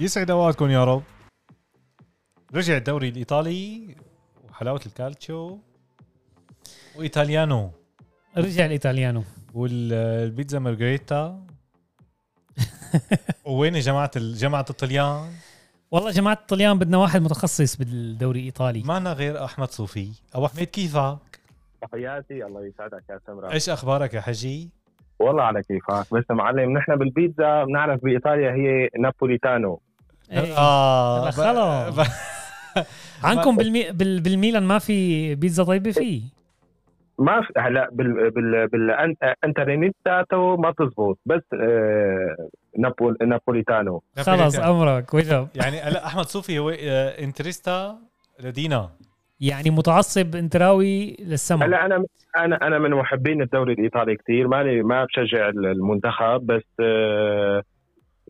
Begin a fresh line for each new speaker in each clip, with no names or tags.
يسعد اوقاتكم يا رب رجع الدوري الايطالي وحلاوه الكالتشو وايطاليانو
رجع الايطاليانو
والبيتزا مارغريتا وين جماعه ال- جماعه الطليان
والله جماعه الطليان بدنا واحد متخصص بالدوري الايطالي
معنا غير احمد صوفي ابو حميد كيفك
تحياتي الله يسعدك يا سمره
ايش اخبارك يا حجي
والله على كيفك بس يا معلم نحن بالبيتزا بنعرف بايطاليا هي نابوليتانو
إيه.
اه
لا
ب-
خلص.
ب-
عندكم بالمي... بال... بالميلان ما في بيتزا طيبه فيه
ما في هلا بال بال بال انترينيتاتو ما بتزبط بس آه نابول نابوليتانو
خلص امرك وجب
يعني هلا احمد صوفي هو آه، انتريستا لدينا
يعني متعصب انتراوي للسما
هلا انا انا انا من محبين الدوري الايطالي كثير ماني ما بشجع ال- المنتخب بس آه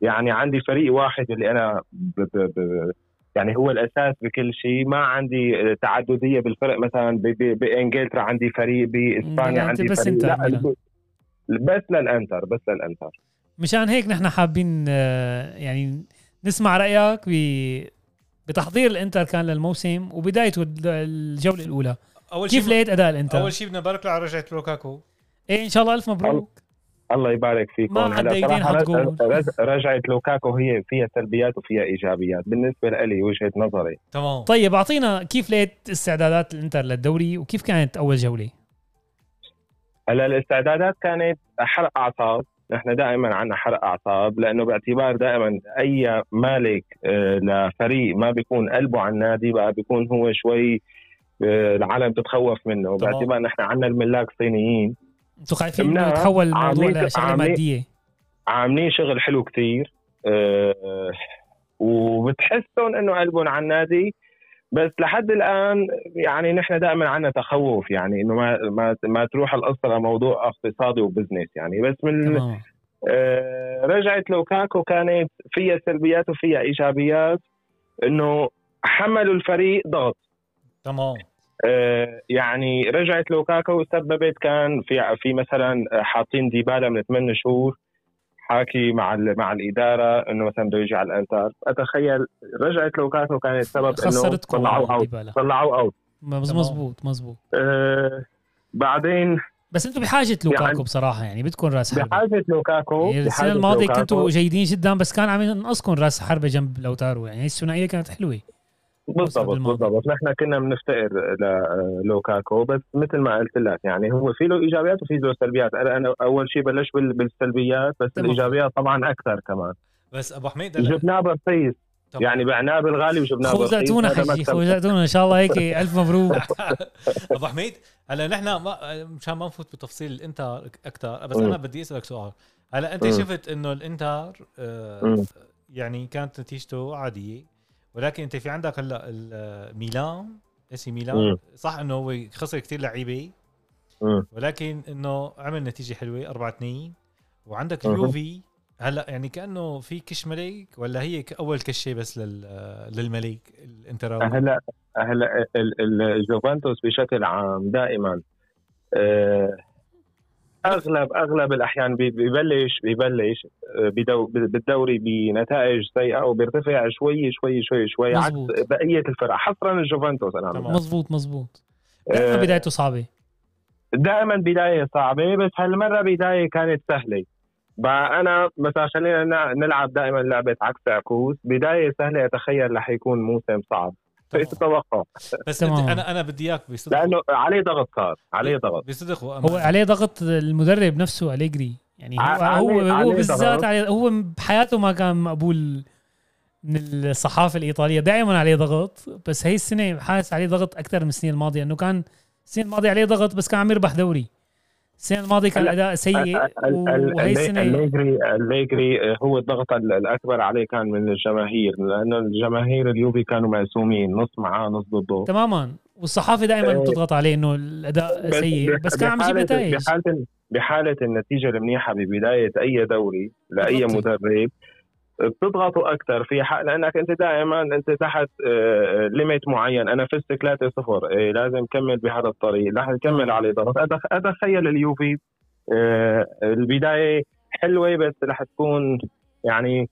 يعني عندي فريق واحد اللي انا ب ب ب يعني هو الاساس بكل شيء ما عندي تعدديه بالفرق مثلا ب- ب- بانجلترا عندي فريق باسبانيا
أنت
عندي
بس
فريق
إنتر
لا
ميلان.
بس للانتر بس للانتر
مشان هيك نحن حابين آه، يعني نسمع رايك ب... بتحضير الانتر كان للموسم وبدايته الد- الجوله الاولى
اول
كيف
شيء
لقيت اداء الانتر
اول شيء بدنا نبارك له على رجعه لوكاكو
ايه ان شاء الله الف مبروك
الله يبارك فيكم
ما حدا إيدين حط جول.
رجعت لوكاكو هي فيها سلبيات وفيها ايجابيات بالنسبه لي وجهه نظري
تمام
طيب اعطينا كيف لقيت استعدادات الانتر للدوري وكيف كانت اول جوله
هلا الاستعدادات كانت حرق اعصاب نحن دائما عندنا حرق اعصاب لانه باعتبار دائما اي مالك آه، لفريق ما بيكون قلبه على النادي بقى بيكون هو شوي آه، العالم بتتخوف منه
طبعاً.
باعتبار نحن عندنا الملاك صينيين
انتوا خايفين انه
منها
يتحول الموضوع
عميق-
لشغله
عميق.
ماديه
عاملين شغل حلو كتير آه، وبتحسهم انه قلبهم على النادي بس لحد الان يعني نحن دائما عندنا تخوف يعني انه ما ما ما تروح القصه لموضوع اقتصادي وبزنس يعني بس من
تمام
آه، رجعت لوكاكو كانت فيها سلبيات وفيها ايجابيات انه حملوا الفريق ضغط
تمام
آه، يعني رجعت لوكاكو سببت كان في في مثلا حاطين ديبالا من 8 شهور حاكي مع ال- مع الاداره انه مثلا بده يجي على الانتر اتخيل رجعت لوكاكو كانت سبب انه
خسرتكم
طلعوا اوت
ديبالا
طلعوا اوت
مز-
تمام.
مزبوط مزبوط
آه، بعدين
بس انتم بحاجه لوكاكو
يعني-
بصراحه يعني بدكم راس حربه
بحاجه لوكاكو
يعني السنه
بحاجة
الماضيه
لوكاكو.
كنتوا جيدين جدا بس كان عم ينقصكم راس حربه جنب لوتارو يعني هي الثنائيه كانت حلوه الموسم
بالضبط
الماضي.
بالضبط نحن كنا بنفتقر للوكاكو بس مثل ما قلت لك يعني هو في له ايجابيات وفي له سلبيات انا أنا اول شيء بلش بال- بالسلبيات بس
تمام.
الايجابيات طبعا اكثر كمان
بس ابو حميد هلا-
جبناه برخيص
تمام.
يعني بعناه بالغالي وجبناه برخيص
خوزعتونا
هذا
حجي
مكسب.
خوزعتونا ان شاء الله هيك الف مبروك
ابو حميد هلا نحن ما مشان ما نفوت بتفصيل الانتر اكثر بس
مم.
انا بدي اسالك سؤال هلا انت
مم.
شفت انه الانتر آه،
مم.
يعني كانت نتيجته عاديه ولكن انت في عندك هلا ال- ميلان اسي ميلان
مم.
صح انه هو خسر كثير لعيبه
مم.
ولكن انه عمل نتيجه حلوه 4 2 وعندك
مهم.
اليوفي هلا يعني كانه في كش ملك ولا هي ك- اول كشه بس لل للملك الانتراوي
هلا هلا ال- ال- اليوفنتوس بشكل عام دائما آه، اغلب اغلب الاحيان بي- ببلش ببلش آه، بدو- بالدوري بنتائج سيئه وبيرتفع شوي شوي شوي شوي عكس
مزبوط.
بقيه الفرق حصرا الجوفنتوس انا عم
تمام.
مزبوط مزبوط
آه،
دائما بدايته صعبه
دائما بدايه صعبه بس هالمره بدايه كانت سهله بقى انا مثلا خلينا نع- نلعب دائما لعبه عكس عكوس بدايه سهله اتخيل رح يكون موسم صعب
تمام.
فايش تتوقع
بس
تمام.
انت انا انا بدي اياك بصدق
لانه عليه ضغط صار عليه ضغط
بصدق
هو
وأمان.
عليه ضغط المدرب نفسه اليجري يعني هو
ع- عليه-
هو, هو
عليه
بالذات
ضغط.
عليه هو بحياته ما كان مقبول من الصحافه الايطاليه دائما عليه ضغط بس هي السنه حاسس عليه ضغط اكثر من السنين الماضيه انه كان السنه الماضيه عليه ضغط بس كان عم يربح دوري السنه الماضيه كان
هلا،
اداء سيء طيب، وهي السنه
الليجري الليجري هو الضغط ال- الاكبر عليه كان من الجماهير لانه الجماهير اليوفي كانوا مقسومين نص معاه نص ضده
تماما والصحافه دائما
إيه.
بتضغط عليه انه الاداء سيء
بح-
بس كان عم يجيب
بحالة-
نتائج
بحاله بحاله النتيجه المنيحه ببدايه اي دوري لاي
بالضبط.
مدرب بتضغطوا اكثر في حق لانك انت دائما انت تحت آه، ليميت معين انا فزت 3 0 لازم كمل بهذا الطريق رح
آه.
نكمل عليه ضغط أتخ- اتخيل اليوفي آه، البدايه حلوه بس رح تكون يعني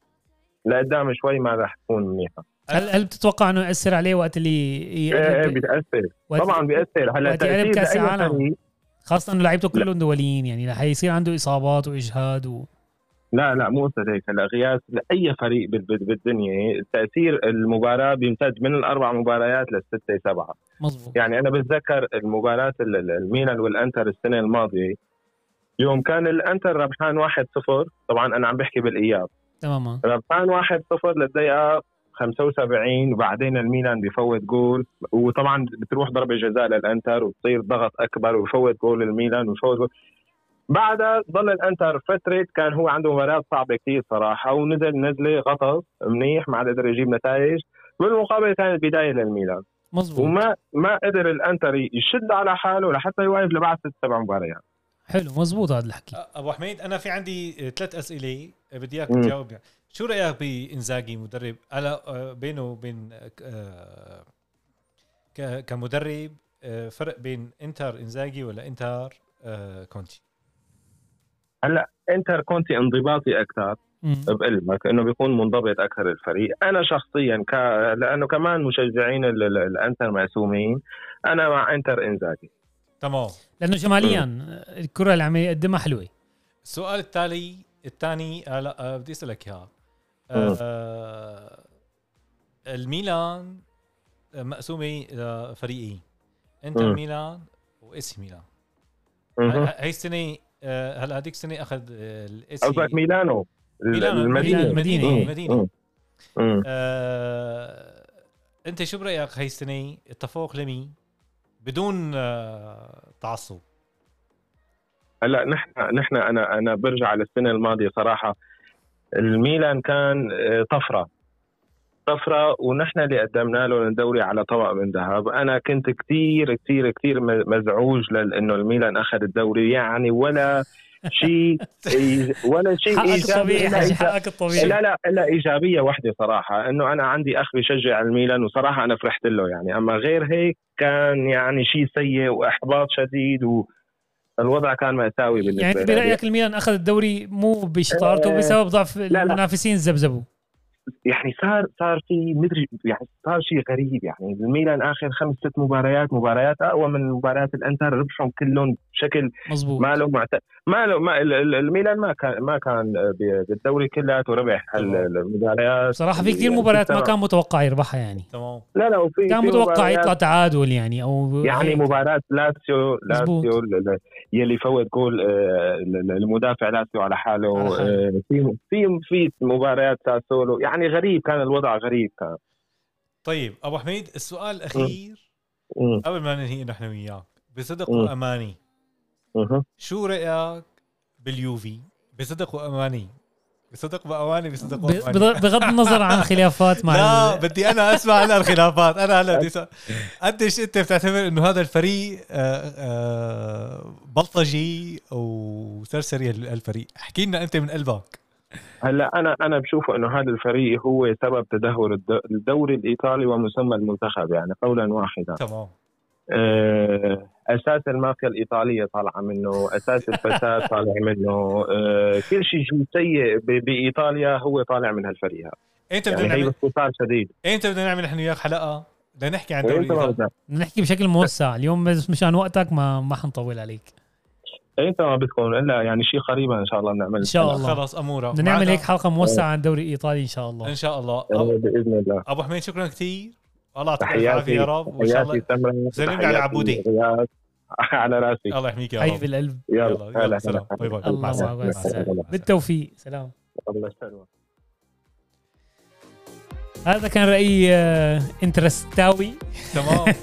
لقدام شوي ما راح تكون منيحه
هل هل بتتوقع انه ياثر عليه وقت اللي
ايه ايه
يقرب-
بتاثر
وقت-
طبعا بياثر هلا
وقت يقرب كأس
لأي
العالم.
فريق
خاصه انه لعيبته كلهم دوليين يعني رح يصير عنده اصابات واجهاد و...
لا لا مو قصة هيك هلا غياس لاي فريق بال- بال- بالدنيا تاثير المباراه بيمتد من الاربع مباريات للسته سبعه
مزبوط
يعني انا بتذكر المباراه ال- ال- الميلان والانتر السنه الماضيه يوم كان الانتر ربحان 1-0 طبعا انا عم بحكي بالاياب
تماما
ربحان 1-0 للدقيقه 75 وبعدين الميلان بفوت جول وطبعا بتروح ضربه جزاء للانتر وبتصير ضغط اكبر وبفوت جول الميلان وبفوت جول بعدها ضل الانتر فتره كان هو عنده مباراه صعبه كثير صراحه ونزل نزله غطس منيح ما عاد قدر يجيب نتائج بالمقابل كانت بدايه للميلان
مزبوط
وما ما قدر الانتر يشد على حاله لحتى يواجه لبعد ست سبع مباريات
حلو مزبوط هذا
آه.
الحكي
ابو حميد انا في عندي ثلاث اسئله بدي اياك
مم.
تجاوب شو رايك بانزاجي مدرب على آه، بينه وبين آه، ك- آه، ك- كمدرب آه، فرق بين انتر انزاجي ولا انتر آه، كونتي
انتر كونتي انضباطي اكثر
مم.
بقلبك انه بيكون منضبط اكثر الفريق انا شخصيا ك... لانه كمان مشجعين ال- ال- الانتر معصومين انا مع انتر انزاجي
تمام
لانه جماليا الكره اللي عم يقدمها
إيه،
حلوه
السؤال التالي الثاني آه، لا آه، بدي اسالك اياه
مم.
آه، الميلان مقسومه لفريقين انتر
مم.
ميلان واس ميلان
مهم.
هاي السنه آه، هلا هذيك السنه اخذ آه، الاس
قصدك ميلانو ال-
ميلانو،
ميلانو،
المدينه
المدينة.
مم.
المدينة.
مم. مم.
آه، انت شو برايك هاي السنه التفوق لمين بدون آه، تعصب
هلا نحن نحن انا انا برجع للسنه الماضيه صراحه الميلان كان آه، طفره طفره ونحن اللي قدمنا له الدوري على طبق من ذهب انا كنت كثير كثير كثير مزعوج لل- انه الميلان اخذ الدوري يعني ولا شيء ولا شيء
حقك
ايجابي
الطبيعي
إلا
حاجي
إيجابي.
حقك الطبيعي
لا لا الا ايجابيه واحده صراحه انه انا عندي اخ بيشجع الميلان وصراحه انا فرحت له يعني اما غير هيك كان يعني شيء سيء واحباط شديد والوضع كان مأساوي بالنسبه
يعني انت
لي.
برايك الميلان اخذ الدوري مو بشطارته
آه،
بسبب ضعف
لا.
المنافسين زبزبوا
يعني صار صار في مدري يعني صار شيء غريب يعني الميلان اخر خمس ست مباريات مباريات اقوى من مباريات الانتر ربحهم كلهم بشكل
مزبوط
ما له معت... ما له ما ال- ال- الميلان ما كان ما كان ب- بالدوري كلياته ربح هال- المباريات
بصراحه في كثير مباريات ما كان متوقع يربحها يعني
تمام
لا لا وفي
كان
في
متوقع
مباريات
يطلع تعادل يعني او
يعني
هيك.
مباراة لاتسيو
مزبوط.
لاتسيو ل- ل- يلي فوت جول آه، ل- ل- المدافع لاتسيو على حاله
على حاله.
آه، في في في مباريات ساسولو يعني غريب كان الوضع غريب كان
طيب ابو حميد السؤال الاخير
مم.
قبل ما ننهي نحن وياك بصدق
مم.
واماني
مهم.
شو رايك باليوفي بصدق واماني بصدق واماني بصدق
ب-
واماني
بغ- بغض النظر عن خلافات مع
لا
ال-
بدي انا اسمع هلا الخلافات انا هلا بدي اسمع قديش انت بتعتبر انه هذا الفريق آه، آه، بلطجي وسرسري هال- الفريق احكي لنا انت من قلبك
هلا انا انا بشوفه انه هذا الفريق هو سبب تدهور الد- الدوري الايطالي ومسمى المنتخب يعني قولا واحدا
تمام
آه، اساس المافيا الايطاليه طالعه منه، اساس الفساد طالع منه، آه، كل شيء سيء ب- بايطاليا هو طالع من هالفريق هذا.
انت بدنا
يعني هي
نعمل
باختصار شديد
انت بدنا نعمل نحن وياك حلقه لنحكي عن دوري
وإنت ما
الإيطالي.
بدك-
نحكي بشكل موسع اليوم بس مشان وقتك ما ما حنطول عليك
انت إيه، ما بدكم الا يعني شيء قريبا ان شاء الله بنعمل
ان شاء الله
خلص امورك
بدنا نعمل
معنا.
هيك حلقه موسعه عن الدوري الايطالي ان شاء الله
ان شاء الله
آه،
أبو-
باذن الله
ابو حميد شكرا كثير الله يعطيك
تحياتي.
العافيه يا رب وان شاء الله
حياتي سمرة
سلم لي على
تحياتي
العبودي.
غياث. على راسي
الله يحميك يا
حبيب
رب
القلب
يلا، يلا،
يلا هلا
سلام. باي باي.
الله
مع السلامة.
معك
السلامة.
بالتوفيق سلام
الله يسلمك
هذا كان راي آه، انترستاوي
تمام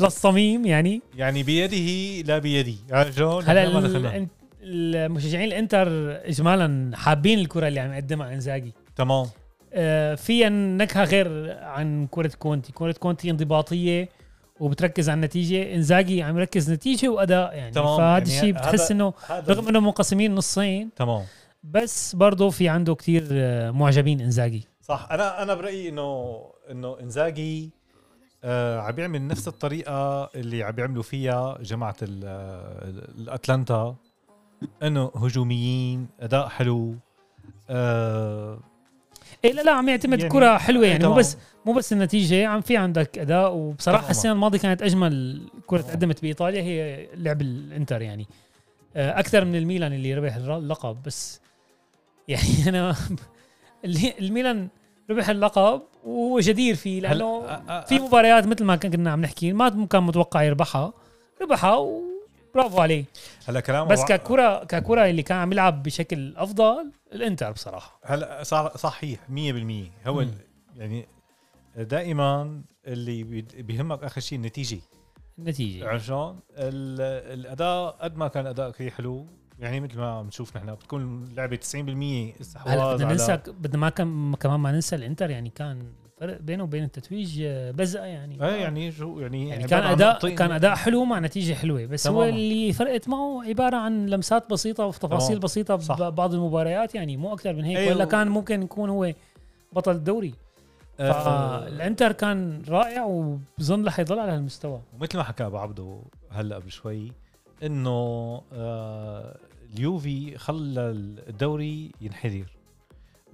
للصميم يعني
يعني بيده لا بيدي عرفت شلون؟
هلا
نحن ما
ال-
دخلنا.
الإن- المشجعين الانتر اجمالا حابين الكره اللي عم يقدمها انزاجي
تمام
آه، فيها نكهه غير عن كره كونتي كره كونتي انضباطيه وبتركز على النتيجه انزاجي عم يركز نتيجه واداء يعني
تمام.
فهذا
يعني
الشيء
هذا-
بتحس انه رغم انه منقسمين نصين
تمام
بس برضه في عنده كتير آه، معجبين انزاجي
صح انا انا برايي انه انه انزاجي آه عم بيعمل نفس الطريقه اللي عم بيعملوا فيها جماعه ال- ال- الاتلانتا انه هجوميين اداء حلو آه
إيه لا لا عم يعتمد
يعني-
يعني كره حلوه يعني مو
طبعاً.
بس مو بس النتيجه عم في عندك اداء وبصراحه
طبعاً.
السنه الماضيه كانت اجمل كره
طبعاً.
تقدمت بايطاليا هي لعب الانتر يعني آه، اكثر من الميلان اللي ربح الر- اللقب بس يعني انا اللي- الميلان ربح اللقب وهو جدير فيه لانه
آه،
في مباريات مثل ما كان- كنا عم نحكي ما كان متوقع يربحها ربحها وبرافو عليه
هلا كلامه
بس
وع-
ككره ككره اللي كان عم يلعب بشكل افضل الانتر بصراحه
هلا صار صحيح 100% هو
مم.
يعني دائما اللي بيد- بيهمك اخر شيء النتيجه
النتيجه
عرفت شلون؟ ال- الاداء قد ما كان اداء كثير حلو يعني مثل ما عم نشوف نحن بتكون اللعبه 90%
هلا
استحواذ
بدنا ننسى
على
بدنا ما كم كمان ما ننسى الانتر يعني كان الفرق بينه وبين التتويج آه، بزقه يعني
ايه يعني شو يعني
يعني
عبارة
كان
عن
اداء
نقطتين.
كان اداء حلو مع نتيجه حلوه بس هو
تماماً.
اللي فرقت معه عباره عن لمسات بسيطه وتفاصيل
تمام.
بسيطه
صح.
ببعض المباريات يعني مو اكثر من هيك
أيوه.
ولا كان ممكن يكون هو بطل الدوري
آه،
فالانتر كان رائع وبظن رح يضل على هالمستوى
ومثل ما حكى ابو عبده هلا قبل شوي انه آه اليوفي خلى الدوري ينحدر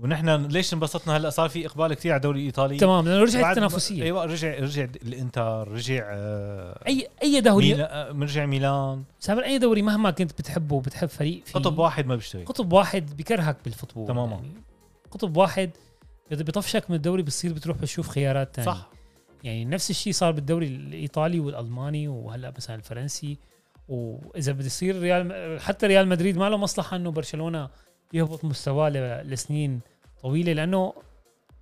ونحن ليش انبسطنا هلا صار في اقبال كثير على الدوري الايطالي
تمام لانه رجعت
بعد-
التنافسيه
ايوه رجع رجع الانتر رجع آه
اي اي دوري
ميلا- رجع ميلان
سامر اي دوري مهما كنت بتحبه وبتحب فريق فيه
قطب واحد ما بيشتغل
قطب واحد بكرهك بالفوتبول
تماماً.
يعني قطب واحد اذا بيطفشك من الدوري بتصير بتروح بتشوف خيارات تانية
صح
يعني نفس الشيء صار بالدوري الايطالي والالماني وهلا مثلا الفرنسي واذا بده يصير ريال حتى ريال مدريد ما له مصلحه انه برشلونه يهبط مستواه ل- لسنين طويله لانه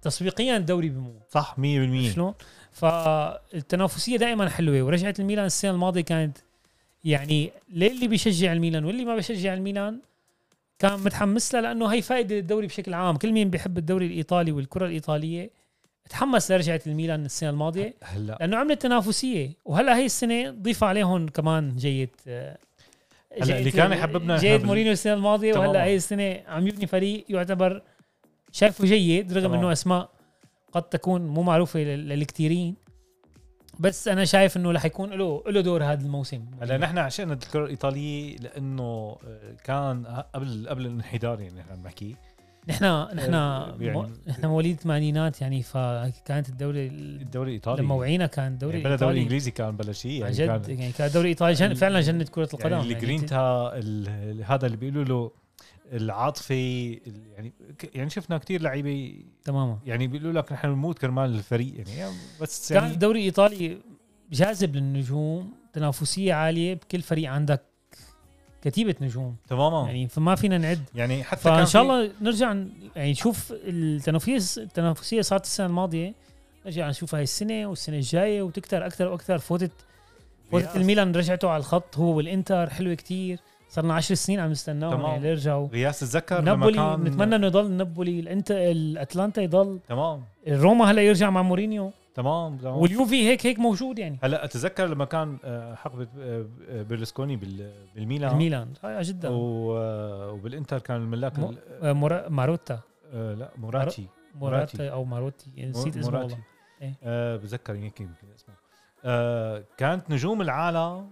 تسويقيا الدوري بيموت
صح 100%
شلون؟ فالتنافسيه دائما حلوه ورجعت الميلان السنه الماضيه كانت يعني للي بيشجع الميلان واللي ما بيشجع الميلان كان متحمس لها لانه هي فائده للدوري بشكل عام، كل مين بيحب الدوري الايطالي والكره الايطاليه تحمس لرجعه الميلان السنه الماضيه
هلا
لانه عملت تنافسيه وهلا هي السنه ضيف عليهم كمان جيد آه،
هلا اللي كان يحببنا نحن
جيد
بال-
مورينيو السنه الماضيه
تماماً.
وهلا هي السنه عم يبني فريق يعتبر شايفه جيد رغم
تمام.
انه اسماء قد تكون مو معروفه لل- للكثيرين بس انا شايف انه رح يكون له له دور هذا الموسم
هلا نحن عشقنا الكره الايطاليه لانه آه، كان قبل قبل الانحدار يعني نحن عم نحكي
نحن نحن
يعني-
مو- نحن مواليد الثمانينات يعني فكانت الدوري ال-
الدوري الايطالي
لما وعينا كان الدوري
يعني بلا دوري
الإيطالي
انجليزي كان بلا شيء
عن
يعني
جد
كان
يعني كان الدوري الايطالي جن-
ال-
فعلا جنه كره القدم
يعني الجرينتا ال- ال- هذا اللي بيقولوا له العاطفه ال- يعني ك- يعني شفنا كتير لعيبه
تماما
يعني بيقولوا لك نحن بنموت كرمال الفريق يعني يعني بس
كان
يعني
الدوري الايطالي جاذب للنجوم تنافسيه عاليه بكل فريق عندك كتيبه نجوم
تماما
يعني فما فينا نعد
يعني حتى آه. كان
فان شاء
في-
الله نرجع ن- يعني نشوف التنافسيه التنافسيه صارت السنه الماضيه نرجع نشوف هاي السنه والسنه الجايه وتكتر اكثر واكثر فوتت فوتت
رياض.
الميلان رجعته على الخط هو والانتر حلوه كتير صرنا عشر سنين عم نستناهم
تمام.
يعني يرجعوا
غياس تذكر لما
نابولي
كان
نتمنى انه يضل نابولي الانت الاتلانتا يضل
تمام
روما هلا يرجع مع مورينيو
تمام تمام
واليوفي هيك هيك موجود يعني
هلا اتذكر لما كان آه، حقبه آه، بيرلسكوني بال- بالميلان
الميلان رائع جدا
و- آه، وبالانتر كان الملاك
مو-
ال-
آه، مورا ماروتا
آه، لا موراتي موراتي.
موراتا او ماروتي يعني نسيت اسمه
موراتي.
والله إيه.
آه بتذكر يمكن يمكن اسمه آه كانت نجوم العالم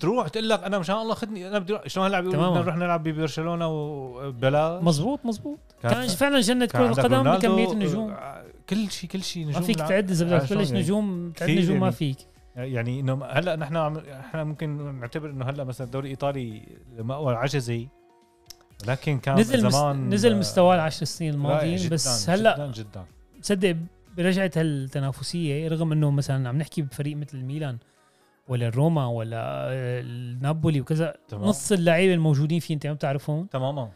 تروح تقول لك انا مشان الله خدني انا بدي أروح- شلون هلا بيقولوا
تماما.
بدنا نروح نلعب ببرشلونه وبلا
مزبوط مزبوط كان فعلا جنه
كان
كره
عندك
القدم
رونالدو،
بكميه النجوم
آه، كل شيء كل شيء
ما
نجوم
فيك
العالم.
تعد اذا بدك
عشان
تبلش
يعني
نجوم تعد
كثير
نجوم ما
يعني.
فيك
يعني انه هلا نحن عم احنا ممكن نعتبر انه هلا مثلا الدوري الايطالي مأوى عجزي لكن كان
نزل مس...
زمان
نزل
آه،
مستواه العشر سنين
رائع
الماضيين
جداً،
بس هلا
جدا جدا
صدق برجعت هالتنافسيه رغم انه مثلا عم نحكي بفريق مثل الميلان ولا الروما ولا آه، النابولي وكذا
تمام
نص اللعيبه الموجودين فيه انت ما بتعرفهم
تماما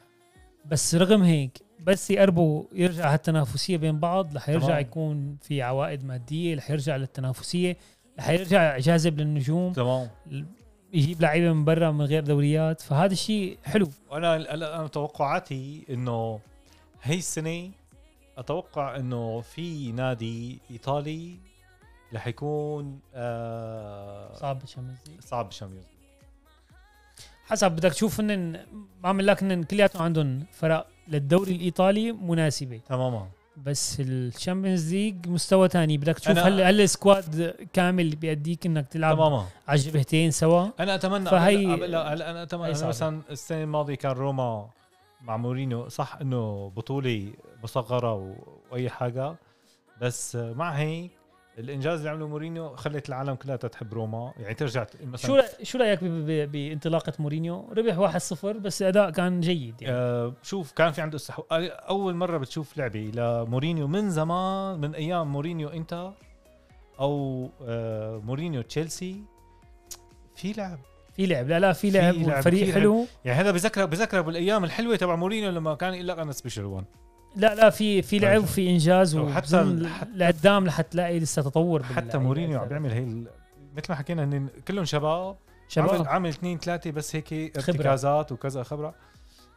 بس رغم هيك بس يقربوا يرجع هالتنافسيه بين بعض رح يرجع
تمام.
يكون في عوائد ماديه رح يرجع للتنافسيه رح يرجع جاذب للنجوم
تمام
يجيب لعيبه من برا من غير دوريات فهذا الشيء حلو
وانا هلا انا توقعاتي انه هي السنه اتوقع انه في نادي ايطالي رح يكون آه
صعب الشامبيونز ليج
صعب الشامبيونز
حسب بدك تشوف انن ما عم لك انن كلياتهم عندهم فرق للدوري الايطالي مناسبه
تماما
بس الشامبيونز ليج مستوى تاني بدك تشوف
أنا-
هل هل السكواد كامل اللي بيأديك انك تلعب
تماما
على الجبهتين سوا
انا اتمنى
فهي-
فهي هلا هلا انا اتمنى
هي
أنا
صعبة.
مثلا السنه الماضيه كان روما مع مورينيو صح انه بطوله مصغره و- واي حاجه بس آه، مع هيك الانجاز اللي عمله مورينيو خلت العالم كلها تحب روما يعني ترجع ت- مثلا
شو رأ- شو رايك ب- ب- بانطلاقه مورينيو؟ ربح 1-0 بس الاداء كان جيد يعني
آه شوف كان في عنده استحو... آه، اول مره بتشوف لعبه لمورينيو من زمان من ايام مورينيو انتر او آه مورينيو تشيلسي في لعب
في لعب لا لا في
في
لعب
لعب، في
والفريق
لعب.
حلو
يعني هذا بذكره بذكره بالايام الحلوه تبع مورينيو لما كان يقول لك انا سبيشال وان
لا لا في في لعب
طيب.
وفي انجاز
أو حتى-
وحتى
حتى-
لقدام لحتلاقي لسه تطور يعني.
حتى
باللعيبة
مورينيو عم
إذا-
بيعمل هي ال- مثل ما حكينا هن كلهم شباب عامل
شباب
عامل اثنين ثلاثه بس هيك ارتكازات وكذا خبره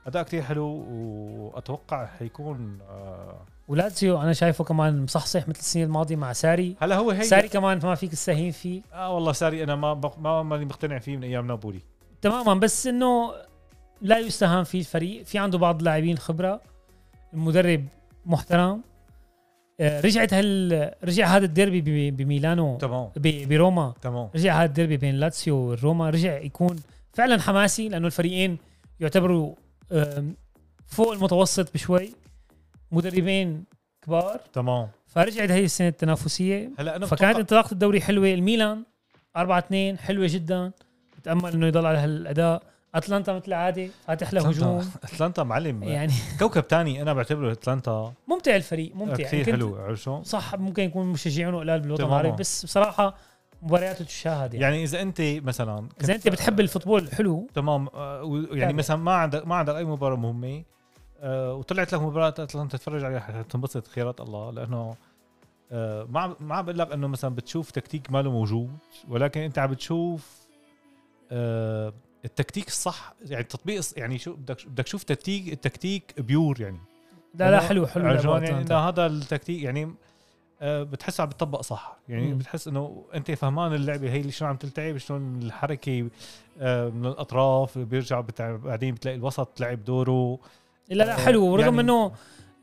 اداء كتير حلو واتوقع حيكون آه
ولاتسيو انا شايفه كمان مصحصح مثل السنه الماضيه مع ساري
هلا هو هي
ساري كمان ما فيك تساهم فيه
اه والله ساري انا ما بق- ما ماني مقتنع فيه من ايام نابولي
تماما بس انه لا يستهان فيه الفريق في عنده بعض اللاعبين خبره المدرب محترم آه، رجعت هال رجع هذا الديربي ب- بميلانو
تمام
ب- بروما
تمام
رجع هذا الديربي بين لاتسيو والروما رجع يكون فعلا حماسي لانه الفريقين يعتبروا آم، فوق المتوسط بشوي مدربين كبار
تمام
فرجعت هي السنه التنافسيه
هلا انا
فكانت
بتوقع-
انطلاقه الدوري حلوه الميلان 4 2 حلوه جدا بتامل انه يضل على هالاداء اتلانتا مثل العاده فاتح له هجوم
أتلانتا- اتلانتا معلم
يعني
كوكب تاني انا بعتبره اتلانتا
ممتع الفريق ممتع يعني
كثير
كنت-
حلو عرفت شلون؟
صح ممكن يكون مشجعينه قلال بالوطن
تماماً.
العربي بس بصراحه مبارياته تشاهد يعني,
يعني اذا انت مثلا كنت-
اذا انت بتحب الفوتبول حلو
تمام آه، و- يعني
تابع.
مثلا ما عندك ما عندك اي مباراه مهمه آه، وطلعت لك مباراه اتلانتا تتفرج عليها حتنبسط خيرات الله لانه آه، ما عم- ما عم بقول لك انه مثلا بتشوف تكتيك ماله موجود ولكن انت عم بتشوف آه، التكتيك الصح يعني التطبيق الص- يعني شو بدك بدك تشوف تكتيك التكتيك بيور يعني
لا لا
إنه
حلو حلو
عرفت شلون؟
لعبه
يعني
أتلانتا.
انه هذا التكتيك يعني آه، بتحسه عم بتطبق صح يعني
مم.
مم. بتحس انه انت فهمان اللعبه هي اللي شلون عم تلتعب شلون الحركه آه، من الاطراف بيرجع بتع- بعدين بتلاقي الوسط لعب دوره
لا لا
آه،
حلو ورغم
يعني-
انه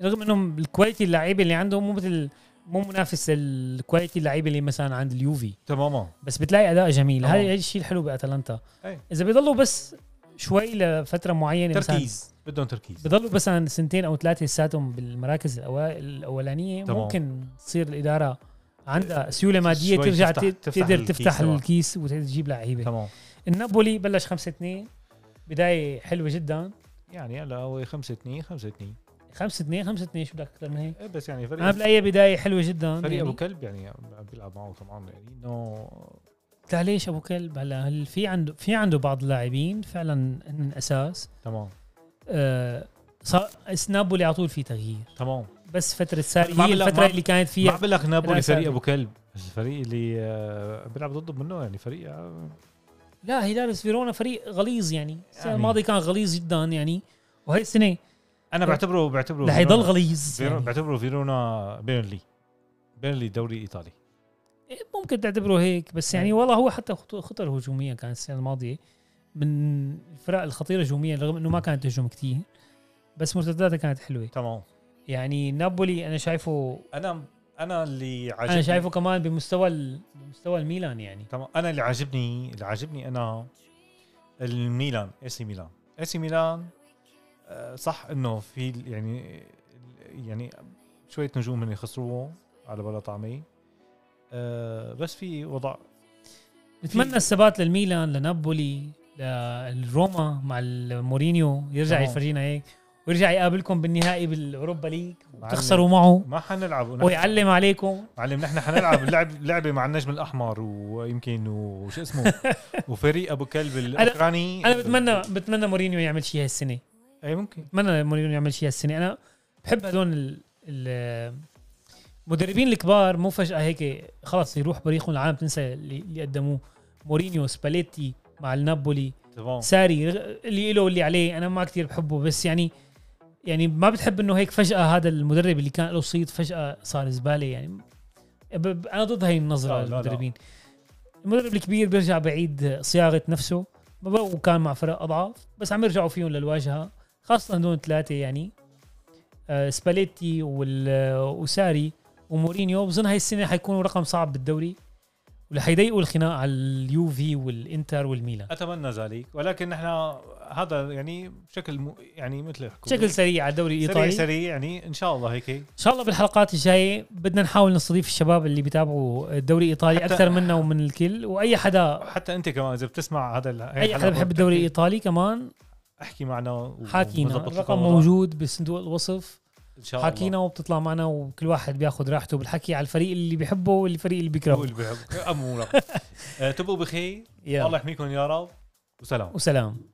رغم انه الكواليتي اللعيبه اللي عندهم مو مثل مو منافس الكواليتي اللعيبه اللي مثلا عند اليوفي
تماما
بس بتلاقي اداء جميل
تمام.
هذا هذا الشيء الحلو باتلانتا
أي.
اذا بيضلوا بس شوي لفتره معينه مثلا
تركيز بدهم تركيز
بضلوا بس عن سنتين او ثلاثه لساتهم بالمراكز الأوائل الاولانيه
تمام.
ممكن تصير الاداره عندها سيوله ماديه
شوي
ترجع
تفتح-
تفتح
تفتح
تقدر
الكيس
تفتح
تبعها.
الكيس وتجيب لعيبه
تمام
النابولي بلش 5 2 بدايه حلوه جدا
يعني هلا هو 5 2 5 2
5 2 5 2 شو بدك اكثر من هيك؟
إيه بس يعني
انا
فريق
بلاقيها بدايه حلوه جدا
فريق
يعني.
ابو كلب يعني عم بيلعب معه طبعا يعني انه
لا ليش ابو كلب هلا هل في عنده في عنده بعض اللاعبين فعلا هن اساس
تمام
آه صار نابولي على طول في تغيير
تمام
بس فتره ساري
ما
هي
عم- لا،
الفتره
ما-
اللي كانت
ما
فيها
عم بقول لك نابولي
رأس
فريق
هذا.
ابو كلب الفريق اللي آه، بيلعب ضده منه يعني فريق آه،
لا هيلاريس فيرونا فريق غليظ يعني السنه
يعني.
الماضيه كان غليظ جدا يعني وهي السنه إيه.
انا بعتبره بعتبره
رح يضل
فيرونا-
غليظ
فيرو...
يعني.
بعتبره فيرونا بيرلي بيرلي دوري ايطالي
إيه، ممكن تعتبره هيك بس يعني
إيه.
والله هو حتى خطو- الخطه الهجوميه كانت السنه الماضيه من الفرق الخطيره هجوميا رغم انه ما كانت تهجم كثير بس مرتداتها كانت حلوه
تمام
يعني نابولي انا شايفه
انا انا اللي عاجبني
انا شايفه كمان بمستوى ال- بمستوى الميلان يعني
تمام انا اللي عاجبني اللي عاجبني انا الميلان اي سي ميلان اي سي ميلان آه، صح انه في ال- يعني يعني شويه نجوم هن خسروهم على بلا طعمي آه، بس في وضع
نتمنى الثبات للميلان لنابولي للروما مع مورينيو يرجع
تمام.
يفرجينا هيك ويرجع يقابلكم بالنهائي بالاوروبا ليج
معلم.
وتخسروا معه
ما حنلعب ونحن-
ويعلم عليكم
معلم نحن حنلعب لعب لعبه مع النجم الاحمر ويمكن وش اسمه وفريق ابو كلب الاوكراني
انا بتمنى بتمنى مورينيو يعمل شيء هالسنه
اي إيه، ممكن
بتمنى مورينيو يعمل شيء هالسنه انا بحب هذول ال- ال- المدربين الكبار مو فجاه هيك خلص يروح بريقهم العالم تنسى اللي اللي قدموه مورينيو سباليتي مع النابولي
تمام
ساري رغ- اللي له واللي عليه انا ما كتير بحبه بس يعني يعني ما بتحب انه هيك فجاه هذا المدرب اللي كان له صيت فجاه صار زباله يعني ب- ب- انا ضد هاي النظره
لا، لا، لا.
للمدربين المدرب الكبير بيرجع بعيد صياغه نفسه ب- ب- وكان مع فرق اضعف بس عم يرجعوا فيهم للواجهه خاصه دون ثلاثه يعني آه، سباليتي وال- وساري ومورينيو بظن هاي السنه حيكونوا رقم صعب بالدوري ورح يضيقوا الخناق على اليوفي والانتر والميلان
اتمنى ذلك ولكن نحن هذا يعني بشكل م... يعني مثل الحكومة.
بشكل سريع طيب. على الدوري
سريع
الايطالي سريع.
سريع يعني ان شاء الله هيك
ان شاء الله بالحلقات الجايه بدنا نحاول نستضيف الشباب اللي بيتابعوا الدوري الايطالي
حتى-
اكثر منا ومن الكل واي حدا
حتى انت كمان اذا بتسمع هذا ال- هاي
اي حدا
الحلقة
بحب الدوري
بتحكي-
الايطالي كمان
احكي معنا و-
حاكينا
ونظبط لك
الرقم
الموضوع.
موجود بصندوق الوصف
ان شاء الله
حاكينا وبتطلع معنا وكل واحد بياخذ راحته بالحكي على الفريق اللي بيحبه والفريق اللي بيكرهه
قول بحب- أمو رقم. آه، تبقوا بخير
يلا
الله يحميكم يا رب وسلام
وسلام